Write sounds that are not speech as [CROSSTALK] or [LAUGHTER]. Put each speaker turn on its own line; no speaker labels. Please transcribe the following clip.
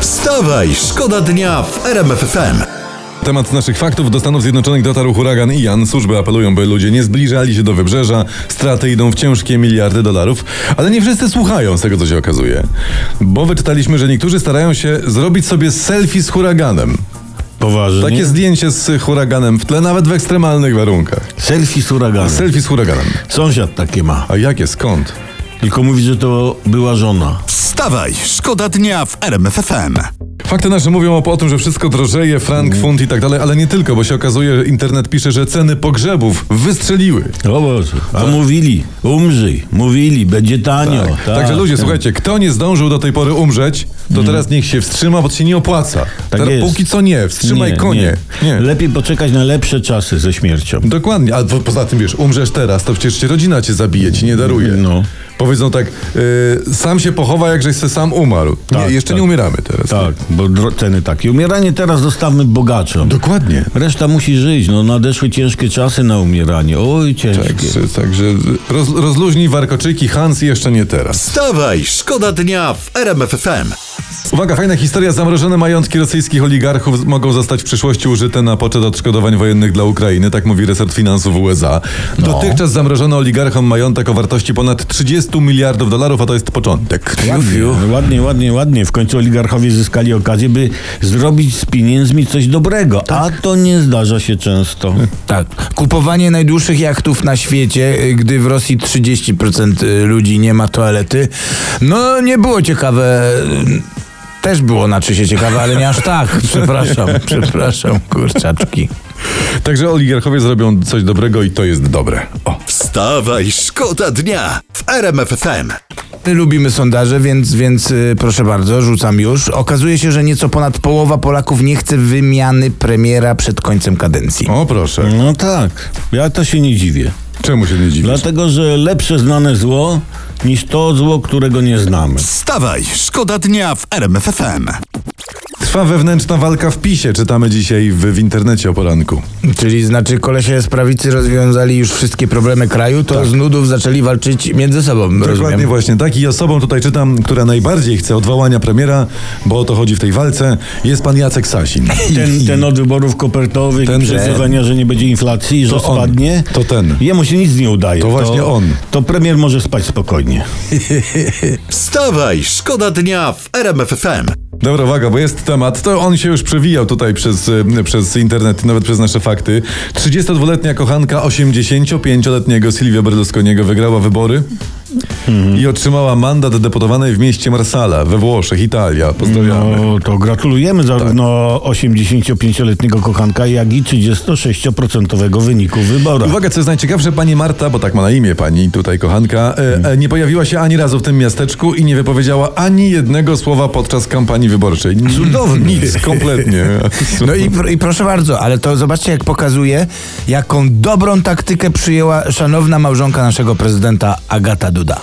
Wstawaj, szkoda dnia w RMF FM.
Temat naszych faktów do Stanów Zjednoczonych dotarł huragan Ian. Służby apelują, by ludzie nie zbliżali się do wybrzeża. Straty idą w ciężkie miliardy dolarów. Ale nie wszyscy słuchają z tego, co się okazuje. Bo wyczytaliśmy, że niektórzy starają się zrobić sobie selfie z huraganem.
Poważnie.
Takie zdjęcie z huraganem w tle, nawet w ekstremalnych warunkach.
Tak
Selfie z uraganem.
Selfie z huraganem.
Sąsiad takie ma.
A jakie? Skąd?
Tylko mówi, że to była żona.
Wstawaj, szkoda dnia w RMF FM.
Fakty nasze mówią o, o tym, że wszystko drożeje, frank, funt i tak dalej, ale nie tylko, bo się okazuje, że internet pisze, że ceny pogrzebów wystrzeliły.
O Boże. A mówili, umrzyj, mówili, będzie tanio.
Tak.
Tak. Mm.
Także ludzie, słuchajcie, kto nie zdążył do tej pory umrzeć, to teraz niech się wstrzyma, bo to się nie opłaca.
Tak
teraz
jest.
póki co nie, wstrzymaj
Nie,
konie.
Nie.
Nie.
Lepiej poczekać na lepsze czasy ze śmiercią.
Dokładnie, a po- poza tym wiesz, umrzesz teraz, to przecież cię rodzina cię zabije, ci nie daruje.
No.
Powiedzą tak, y, sam się pochowa, jak żeś se sam umarł.
Tak,
nie, jeszcze
tak.
nie umieramy teraz.
Tak, bo dro- ceny takie. Umieranie teraz dostawmy bogaczom.
Dokładnie.
Reszta musi żyć. No nadeszły ciężkie czasy na umieranie. Oj, ciężkie.
Także, także roz, rozluźnij warkoczyki, Hans jeszcze nie teraz.
Wstawaj, szkoda dnia w RMF FM.
Uwaga, fajna historia. Zamrożone majątki rosyjskich oligarchów z- mogą zostać w przyszłości użyte na poczet odszkodowań wojennych dla Ukrainy, tak mówi resort finansów USA.
No.
Dotychczas zamrożono oligarchom majątek o wartości ponad 30 miliardów dolarów, a to jest początek.
Ładnie, ładnie, ładnie, ładnie. W końcu oligarchowie zyskali okazję, by zrobić z pieniędzmi coś dobrego.
Tak.
A to nie zdarza się często.
Tak. Kupowanie najdłuższych jachtów na świecie, y, gdy w Rosji 30% y, ludzi nie ma toalety. No, nie było ciekawe. y, Też było znaczy się ciekawe, ale nie aż
[LAUGHS]
tak. Przepraszam, przepraszam, kurczaczki.
Także oligarchowie zrobią coś dobrego i to jest dobre. O.
Wstawaj, szkoda dnia w RMF FM.
My lubimy sondaże, więc, więc y, proszę bardzo, rzucam już. Okazuje się, że nieco ponad połowa Polaków nie chce wymiany premiera przed końcem kadencji.
O proszę.
No tak, ja to się nie dziwię.
Czemu się nie dziwisz?
Dlatego, że lepsze znane zło niż to zło, którego nie znamy.
Wstawaj, szkoda dnia w RMF FM.
Trwa wewnętrzna walka w PiSie, czytamy dzisiaj w, w internecie o poranku.
Czyli znaczy kolesie z prawicy rozwiązali już wszystkie problemy kraju, to z nudów zaczęli walczyć między sobą, rozumiem.
Tak. Dokładnie właśnie tak. I osobą tutaj czytam, która najbardziej chce odwołania premiera, bo o to chodzi w tej walce, jest pan Jacek Sasin.
Ten, ten od wyborów kopertowych, ten
Ten,
przewidywania, że nie będzie inflacji i że
To on.
spadnie.
To ten.
Jemu się nic nie udaje.
To właśnie on.
To premier może spać spokojnie.
Wstawaj, szkoda dnia w RMF FM.
Dobra, uwaga, bo jest temat. To on się już przewijał tutaj przez, e, przez internet, nawet przez nasze fakty. 32-letnia kochanka 85-letniego Silvia Berlusconiego wygrała wybory i otrzymała mandat deputowanej w mieście Marsala we Włoszech, Italia. Pozdrawiamy.
No to gratulujemy zarówno 85-letniego kochanka, jak i 36% wyniku wyborów.
Uwaga, co jest najciekawsze, pani Marta, bo tak ma na imię pani tutaj kochanka, e, e, nie pojawiła się ani razu w tym miasteczku i nie wypowiedziała ani jednego słowa podczas kampanii wyborczej. Cudownie. Nic, kompletnie.
No i, pr- i proszę bardzo, ale to zobaczcie, jak pokazuje, jaką dobrą taktykę przyjęła szanowna małżonka naszego prezydenta Agata Duda.